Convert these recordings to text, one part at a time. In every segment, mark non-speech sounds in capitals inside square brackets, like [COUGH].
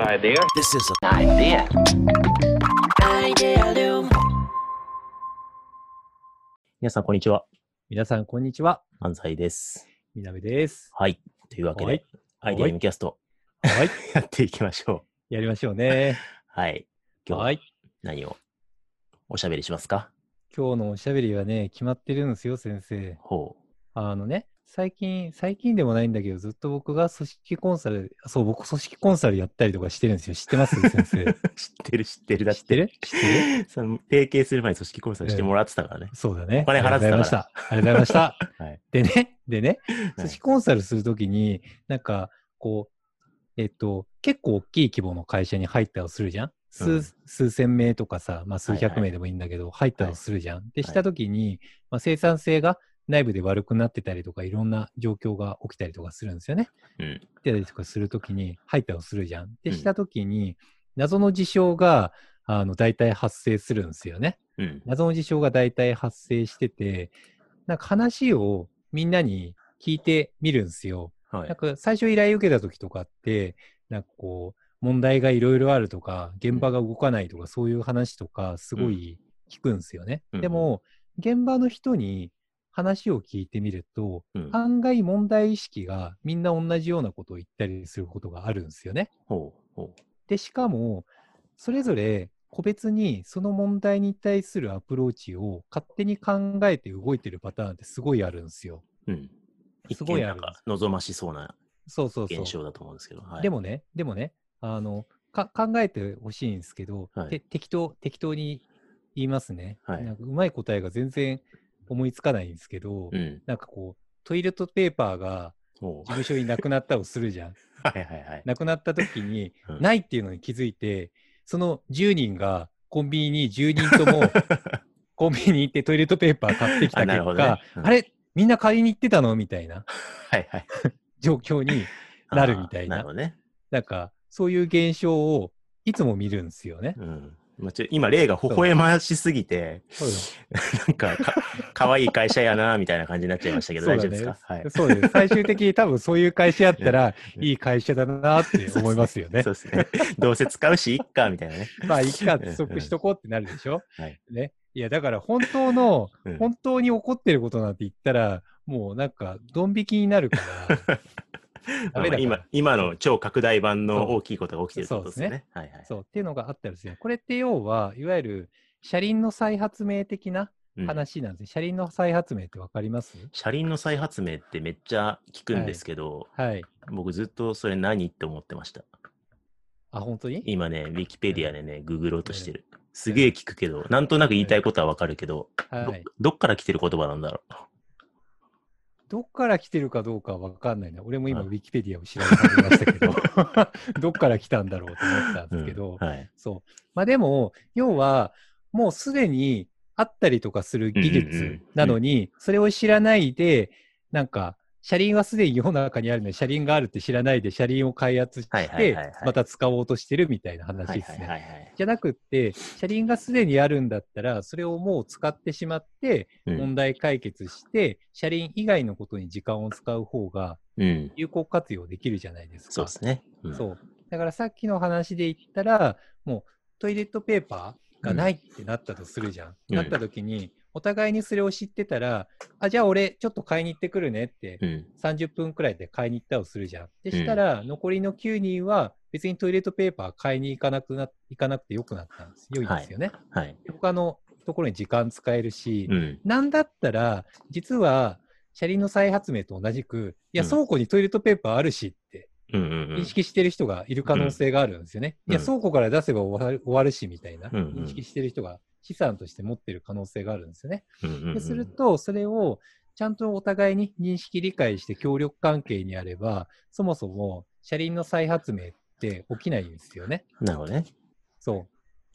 idea. This is a Idea. 皆さん、こんにちは。皆さん、こんにちは。安西です。みなべです。はい。というわけで、はいアイデア M キャスト、はい。 [LAUGHS] やっていきましょやりましょう [LAUGHS] ね。う。はい。今日は。はい何をおしゃべりしますか今日のおしゃべりはね、決まってるんですよ、先生。ほあのね、最近、最近でもないんだけど、ずっと僕が組織コンサル、そう、僕、組織コンサルやったりとかしてるんですよ。 [LAUGHS] 知ってます先生。う。 [LAUGHS] 知ってる、知ってる。だ知ってる知ってるその提携する前に組織コンサルしてもらってたから [LAUGHS] ね。そうだね。お金払ってたからありがとうございました。ありがとうございました。 [LAUGHS] はい。でね、でね、はい寿司コンサルするときに、なんか、こう、えっと、結構大きい規模の会社に入ったをするじゃん数,、うん数千名とかさ、まあ、数はいは百い名でもいいんだけど、入ったをするじゃん、で、はいしたときに、まあ、生産性が内部で悪くなってたりとか、いろんな状況が起きたりとかするんですよね。うんってたりとかするときに、入ったをするじゃん。うで、んしたときに、謎の事象が、あの、大体発生するんですよね。うん。謎の事象が大体発生してて、なんか話をみんなに聞いてみるんですよ。はなんい。か最初依頼受けた時とかって、なんかこう、問題がいろいろあるとか、現場が動かないとか、そういう話とか、すごい聞くんですよね。うんでも、現場の人に話を聞いてみると、うん案外問題意識がみんな同じようなことを言ったりすることがあるんですよね。ほう。ほで、しかも、それぞれ個別にその問題に対するアプローチを勝手に考えて動いてるパターンってすごいあるんですよ。う。うん。すごい一見なあるんんでか望ましそうなす。そうそうそう。現象だと思うんですけど。はいで、もね、でもね、あの、か考えてほしいんですけど、はいて適当、適当に言いますね。はいなんかうまい答えが全然思いつかないんですけど、うん。なんかこう、トイレットペーパーがほ事う。務所になくなったをするじゃん。はいはいはい。亡くなった時に、うんないっていうのに気づいて、その10人がコンビニに10人 [LAUGHS] ともコンビニに行ってトイレットペーパー買ってきた [LAUGHS] あな結る果、ほどあ,、ねうんれみんな買いに行ってたのみたいなはいはい。状況になるみたいなあーなるほどね。なんかそういう現象をいつも見るんですよね。うん。まあちょ今、例が微笑ましすぎて、なんかか、かわいい会社やな、みたいな感じになっちゃいましたけど、そ大うだ丈ね夫ですかはい。そうです。最終的に多分そういう会社やったら、うんいい会社だなって思いますよねそ。うですね。どうせ使うし、いっか、みたいなね。 [LAUGHS] まあ、いっか、不足しとこうってなるでしょ。はいね。いや、だから本当の、うん本当に怒ってることなんて言ったら、もうなんか、ドン引きにな [LAUGHS] るから、ダメだから今、今の超拡大版の大きいことが起きてるってことですね。そうではいはい。そう、っていうのがあったりですね。これって要は、いわゆる、車輪の再発明的なうん話なんですね。車輪の再発明ってわかります車輪の再発明ってめっちゃ聞くんですけど、はい。僕ずっとそれ何って思ってました。あ、本当に今ね、ウィキペディアでね、ググろうとしてる。すげえ聞くけど、なんとなく言いたいことはわかるけど、どはい。どっから来てる言葉なんだろう。どっから来てるかどうかわかんないね。俺も今、はいウィキペディアを調べ始めましたけ [LAUGHS] ど、 [LAUGHS] どっから来たんだろうと思ったんですけど、うんはい。そう。まあでも、要は、もうすでにあったりとかする技うんうんうん術なのに、それを知らないで、なんか、車輪はすでに世の中にあるのに、車輪があるって知らないで、車輪を開発しはいはいはいはいて、また使おうとしてるみたいな話はいではすいはいね。はい。じゃなくって、車輪がすでにあるんだったら、それをもう使ってしまって、うん問題解決して、車輪以外のことに時間を使う方がうん。有効活用できるじゃないですか。そうですね。うんそう。だからさっきの話で言ったら、もうトイレットペーパーがないってなったとするじゃん。うんなった時に、お互いにそれを知ってたら、あ、じゃあ俺ちょっと買いに行ってくるねって、うん。 30分くらいで買いに行ったをするじゃん。でうんしたら、残りの9人は別にトイレットペーパー買いに行かなくな、行かなくてよくなったんです。良いですよね。はい。で他のところに時間使えるし、うん。なんだったら、実は、車輪の再発明と同じく、いや、うん倉庫にトイレットペーパーあるしって、うんうんうん認識してる人がいる可能性があるんですよね。うんいや、うん倉庫から出せば終わる終わるし、みたいな、うんうん認識してる人が資産として持ってる可能性があるんですよね。うんうんうんですると、それをちゃんとお互いに認識理解して協力関係にあれば、そもそも車輪の再発明って起きないんですよね。なるほどね。そ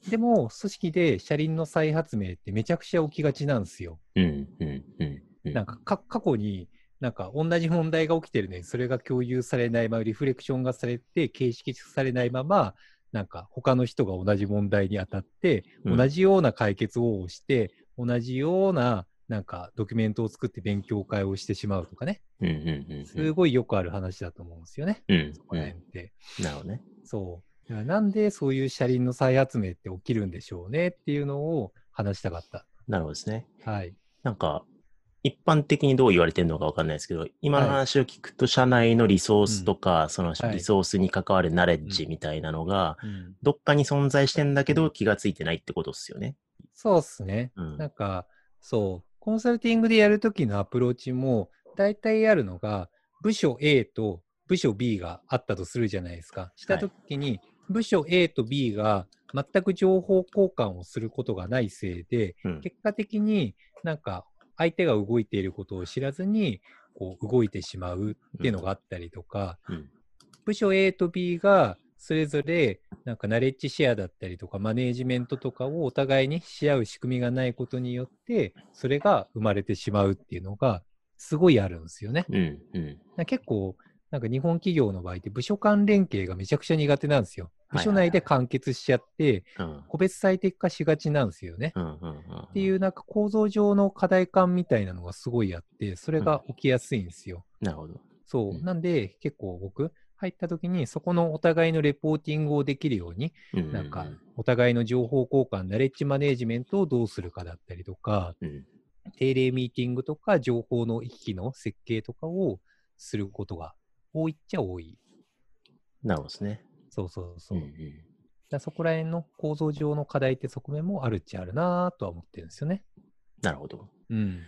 う。でも、組織で車輪の再発明ってめちゃくちゃ起きがちなんですよ。うんうんうんうん。なんかか過去になんか同じ問題が起きてるのにそれが共有されないままリフレクションがされて形式されないままなんか他の人が同じ問題に当たってうん同じような解決をして、同じようななんかドキュメントを作って勉強会をしてしまうとかねうんうんうんうん。すごいよくある話だと思うんですよね、うんこの辺って。なるほどね。そう。だからなんでそういう車輪の再発明って起きるんでしょうねっていうのを話したかった。なるほどですね。はい。なんか、一般的にどう言われてるのかわかんないですけど、今の話を聞くと、社内のリソースとか、そのはいリソースに関わるナレッジみたいなのが、うん、どっかに存在してんだけど、気がついてないってことですよね。そうっすね。うん。なんか、そう、コンサルティングでやるときのアプローチも、大体やるのが、部署 A と部署 B があったとするじゃないですか。したときに、部署 A と B が全く情報交換をすることがないせいで、うん結果的になんか相手が動いていることを知らずにこう動いてしまうっていうのがあったりとか、うん部署 A と B がそれぞれなんかナレッジシェアだったりとかマネージメントとかをお互いにし合う仕組みがないことによってそれが生まれてしまうっていうのがすごいあるんですよね。うん。うん。なんか結構なんか日本企業の場合って部署間連携がめちゃくちゃ苦手なんですよ。部署内で完結しちゃってうん。個別最適化しがちなんですよね。うん。うん。っっていうなんか構造上の課題感みたいなのがすごいあって、それが起きやすいんですよ。なるほど。そうう。んなんで結構僕入った時にそこのお互いのレポーティングをできるように、ううなんかお互いの情報交換、ナレッジマネージメントをどうするかだったりとか、うん。定例ミーティングとか情報の行き来の設計とかをすることが多いっちゃ多い。なるほどですね。そうそうそうう。んうだかん。らそこら辺の構造上の課題って側面もあるっちゃあるなぁとは思ってるんですよね。なるほど。うん。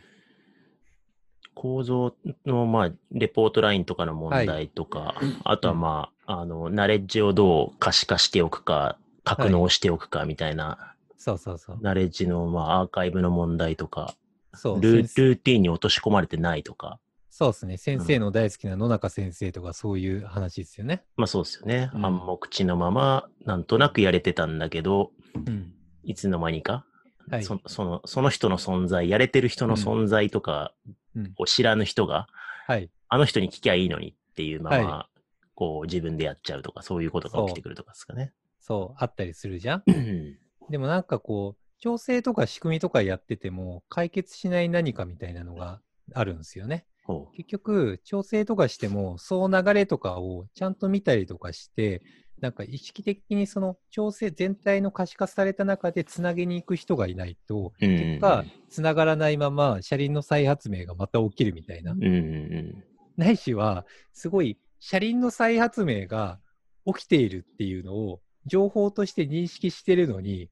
構造の、まあ、レポートラインとかの問題とか、あとはまあ、あの、ナレッジをどう可視化しておくか、格納しておくかみたいな、そうそうそう。ナレッジの、まあ、アーカイブの問題とか、そうル先生ールーティンに落とし込まれてないとか、そうですね。先生の大好きな野中先生とかそういう話ですよね。まあそうですよね。うん暗黙知のまま、なんとなくやれてたんだけど、うん。いつの間にか、はい。そそのその人の存在、やれてる人の存在とかうんを知らぬ人が、はい。あの人に聞きゃいいのにっていうまま、はこう自分でやっちゃうとか、そういうことが起きてくるとかですかね。そう、あったりするじゃん。うんでもなんかこう、調整とか仕組みとかやってても解決しない何かみたいなのがあるんですよね。ほ結局、調整とかしても、その流れとかをちゃんと見たりとかして、なんか意識的にその調整全体の可視化された中でつなげに行く人がいないと、ううん結果、つながらないまま車輪の再発明がまた起きるみたいな。うんうんないしは、すごい車輪の再発明が起きているっていうのを情報として認識してるのうに、んうん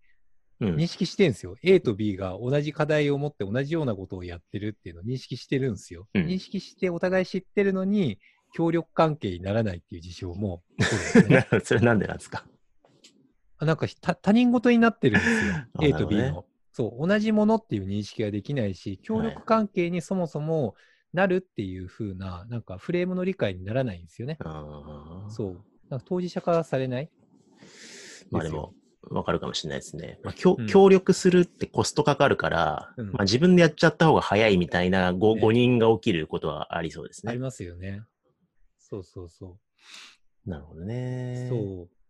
認識してるんですよ。A と B が同じ課題を持って同じようなことをやってるっていうのを認識してるんですよ。うん認識してお互い知ってるのに、協力関係にならないっていう事象も起こるんですね。 [LAUGHS] なそれなんでなんですか。あなんか他他人事になってるんですよ [LAUGHS] あ A と B なるほの。そう、同じものっていう認識ができないし、協はい力関係にそもそもなるっていう風な、なんかフレームの理解にならないんですよね。あーそう。なんか当事者化されないまあでですもよ、わかるかもしれないですね。まあ、協うん協力するってコストかかるから、うんまあ自分でやっちゃった方が早いみたいな 5, ね5人が起きることはありそうですありね。ますよね。そうそうそなるほどう。ね。。そ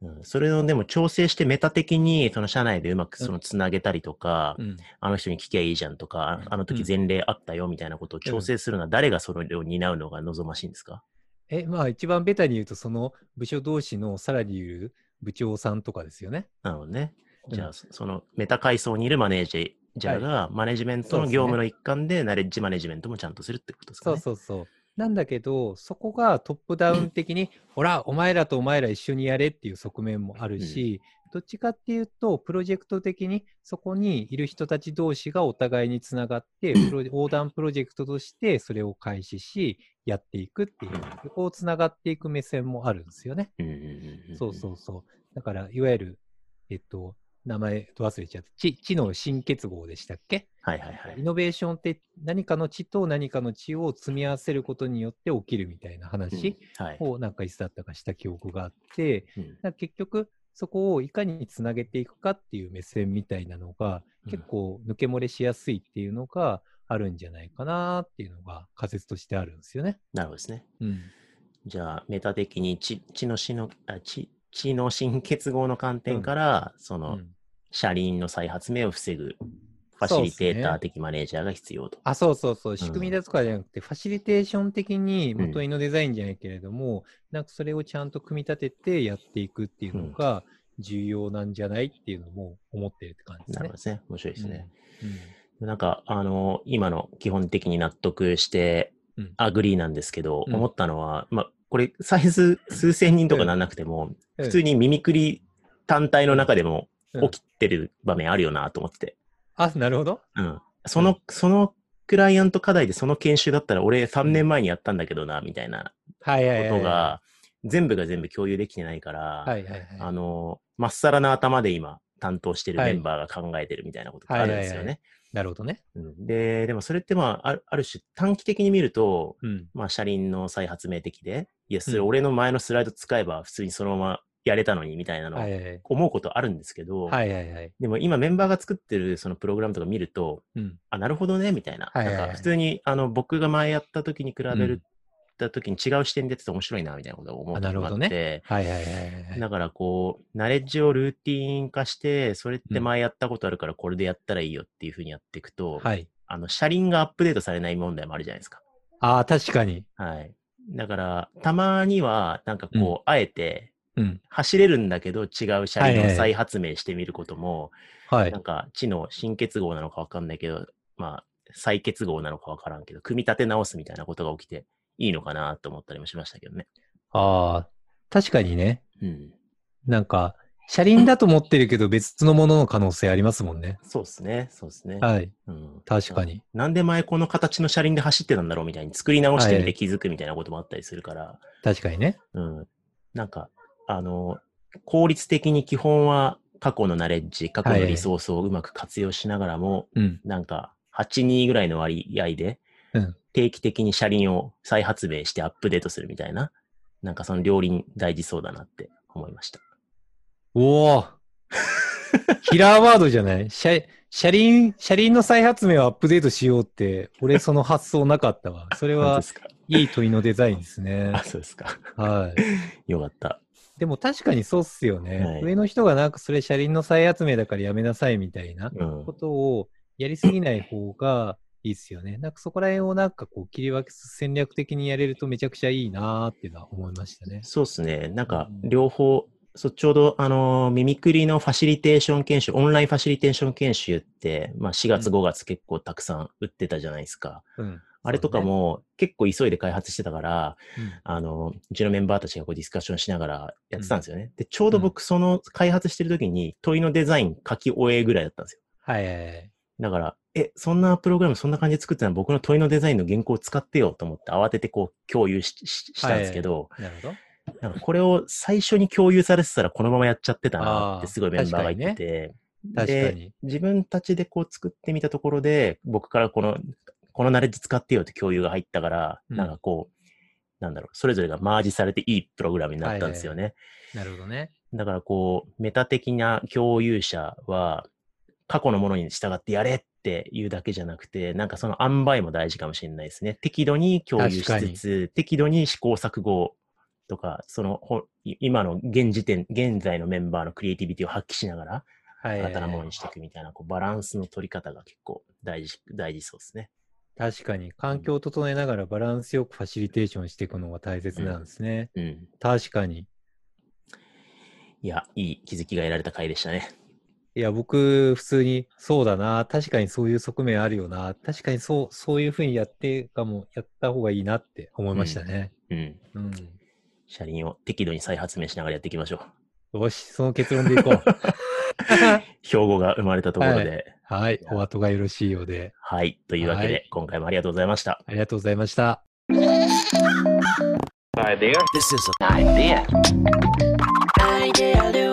うん、それをでも調整してメタ的に、その社内でうまくそのつなげたりとか、う。うん。あの人に聞きゃいいじゃんとか、あの時うん前例あったよみたいなことを調整するのは誰がそれを担うのが望ましいんですか、え、まあ一番ベタに言うと、その部署同士のさらにいる部長さんとかですよね。なるほどね。うんじゃあ、そそのメタ階層にいるマネージャーが、マネジメントそうのですね業務の一環で、ナレッジマネジメントもちゃんとするってことですかそね。うそうそう。なんだけど、そこがトップダウン的に、ほら、お前らとお前ら一緒にやれっていう側面もあるし、どっちかっていうと、プロジェクト的にそこにいる人たち同士がお互いにつながって、プロ横断プロジェクトとしてそれを開始し、やっていくっていう、こうつながっていく目線もあるんですよね。うんうんうんんそうそうそう。だから、いわゆる、えっと、名前忘れちゃった。知知の新結合でしたっけはいはいはイい。ノベーションって何かの知と何かの知を積み合わせることによって起きるみたいな話うんはい。をなんかいつだったかした記憶があって、うんなんか結局そこをいかにつなげていくかっていう目線みたいなのが結構抜け漏れしやすいっていうのがあるんじゃないかなっていうのが仮説としてあるんですよね。なるほどですね。うん、じゃあ、メタ的に知知の死の、あ知知の新結合の観点から、そうの、ん車輪の再発明を防ぐ、ファシリテーター的マネージャーが必要と。あ、そうそうそう、仕組みだとかじゃなくて、ファシリテーション的に元にのデザインじゃないけれども、なんかそれをちゃんと組み立ててやっていくっていうのが重要なんじゃないっていうのも思ってるって感じでなするほねど。ですね。面白いですね。うんうんなんか、あの、今の基本的に納得してうん、アグリーなんですけど、うん思ったのは、まあ、これ、サイズ数千人とかなんなくても、普通にに耳くり単体の中でも起きてる場面あるよなと思ってて。あ、なるほど。うん。その、そのクライアント課題でその研修だったら、俺3年前にやったんだけどな、みたいなはいはいこはい。とが、全部が全部共有できてないから、はいはいはい。あの、まっさらな頭で今、担当してるはメいンバーが考えてるみたいなことがあるんですよはいはいね。なるほどね。うんで、でもそれってまあ、あるある種短期的に見ると、うん。まあ、車輪の再発明的で、いや、それうん俺の前のスライド使えば普通にそのままやれたのにみたいなの、はいはいはい。思うことあるんですけど、はいはいはい。でも今メンバーが作ってるそのプログラムとか見ると、うん。あ、なるほどね、みたいな。はいはいはいなんか普通に、あの、僕が前やった時に比べる、た時に違う視点でやってて面白いな、みたいなことを思うことがああなるっほどて、はいはいはいはい。だからこう、ナレッジをルーティン化して、それって前やったことあるからこれでやったらいいよっていうふうにやっていくと、はい。あの、車輪がアップデートされない問題もあるじゃないですか。ああ、確かに。はい。だから、たまには、なんかこう、あえて、うん。走れるんだけど違う車はい輪はをい再発明してみることも、はいな。んか知の新結合なのかわかんないけど、まあ、再結合なのかわからんけど、組み立て直すみたいなことが起きていいのかなと思ったりもしましたけどね。ああ、確かにね。うん。なんか、車輪だと思ってるけど別のものの可能性ありますもんね。そうですね。そうですね。はい。うん、確かに。なんで前この形の車輪で走ってたんだろうみたいに作り直してみはてい気づくみたいなこともあったりするから、確かにね。うん。なんか、あの、効率的に基本は過去のナレッジ、過去のリソースをうまく活用しながらも、うん。なんか、8、2ぐらいの割合でうん、定期的に車輪を再発明してアップデートするみたいな、なんかその両輪大事そうだなって思いました。お [LAUGHS] おキラーワードじゃない車車輪、車輪の再発明をアップデートしようって、俺その発想なかっ [LAUGHS] たわ。それ本当はですかいい問いのデザインですねあ、。そうですか。はい。よかった。でも確かにそうっすよね。はい上の人がなんかそれ車輪の再集めだからやめなさいみたいなうんこ。とをやりすぎない方がいいっすよね。なんかそこら辺をなんかこう切り分け戦略的にやれるとめちゃくちゃいいなーっていうのは思いましたね。そうですね。なんかう、ん両方、そうちょうど、あのー、ミミクリのファシリテーション研修、オンラインファシリテーション研修って、まあ4月うん5月結構たくさん売ってたじゃないですか。うん。あれとかも結構急いで開発してたから、そうね。あの、うちのメンバーたちがこうディスカッションしながらやってたんですよね。で、ちょうど僕、その開発してる時に問いのデザイン書き終えぐらいだったんですよ。うんはいはいはい。だから、え、そんなプログラム、そんな感じで作ってたの僕の問いのデザインの原稿を使ってよと思って慌ててこう共有しししたんですけど、なるほど。なんかこれを最初に共有されてたらこのままやっちゃってたなってすごいメンバーが言ってて、確かで、に。自分たちでこう作ってみたところで、僕からこの、このナレッジ使ってよって共有が入ったから、うんなんかこう、なんだろう、それぞれがマージされていいプログラムになったんですよね。なるほどね。だからこう、メタ的な共有者は、過去のものに従ってやれっていうだけじゃなくて、なんかその塩梅も大事かもしれないですね。適度に共有し確かつにつ、適度に試行錯誤とか、そのほい今の現時点、現在のメンバーのクリエイティビティを発揮しながら、はいはいはい、新たなものにしていくみたいな、こうバランスの取り方が結構大事、大事そうですね。確かに。環境を整えながらバランスよくファシリテーションしていくのが大切なんですね。うん。確かに。いや、いい気づきが得られた回でしたね。いや、僕、普通に、そうだな、確かにそういう側面あるよな、確かにそう、そういうふうにやってかも、やった方がいいなって思いましたね。うん。うん。車輪を適度に再発明しながらやっていきましょう。よし、その結論でい [LAUGHS] こう。標語が生まれたところで、はい、お後がよろしいようで、はい。というわけで、はい今回もありがとうございました。ありがとうございました。 idea. This is an idea. Idea.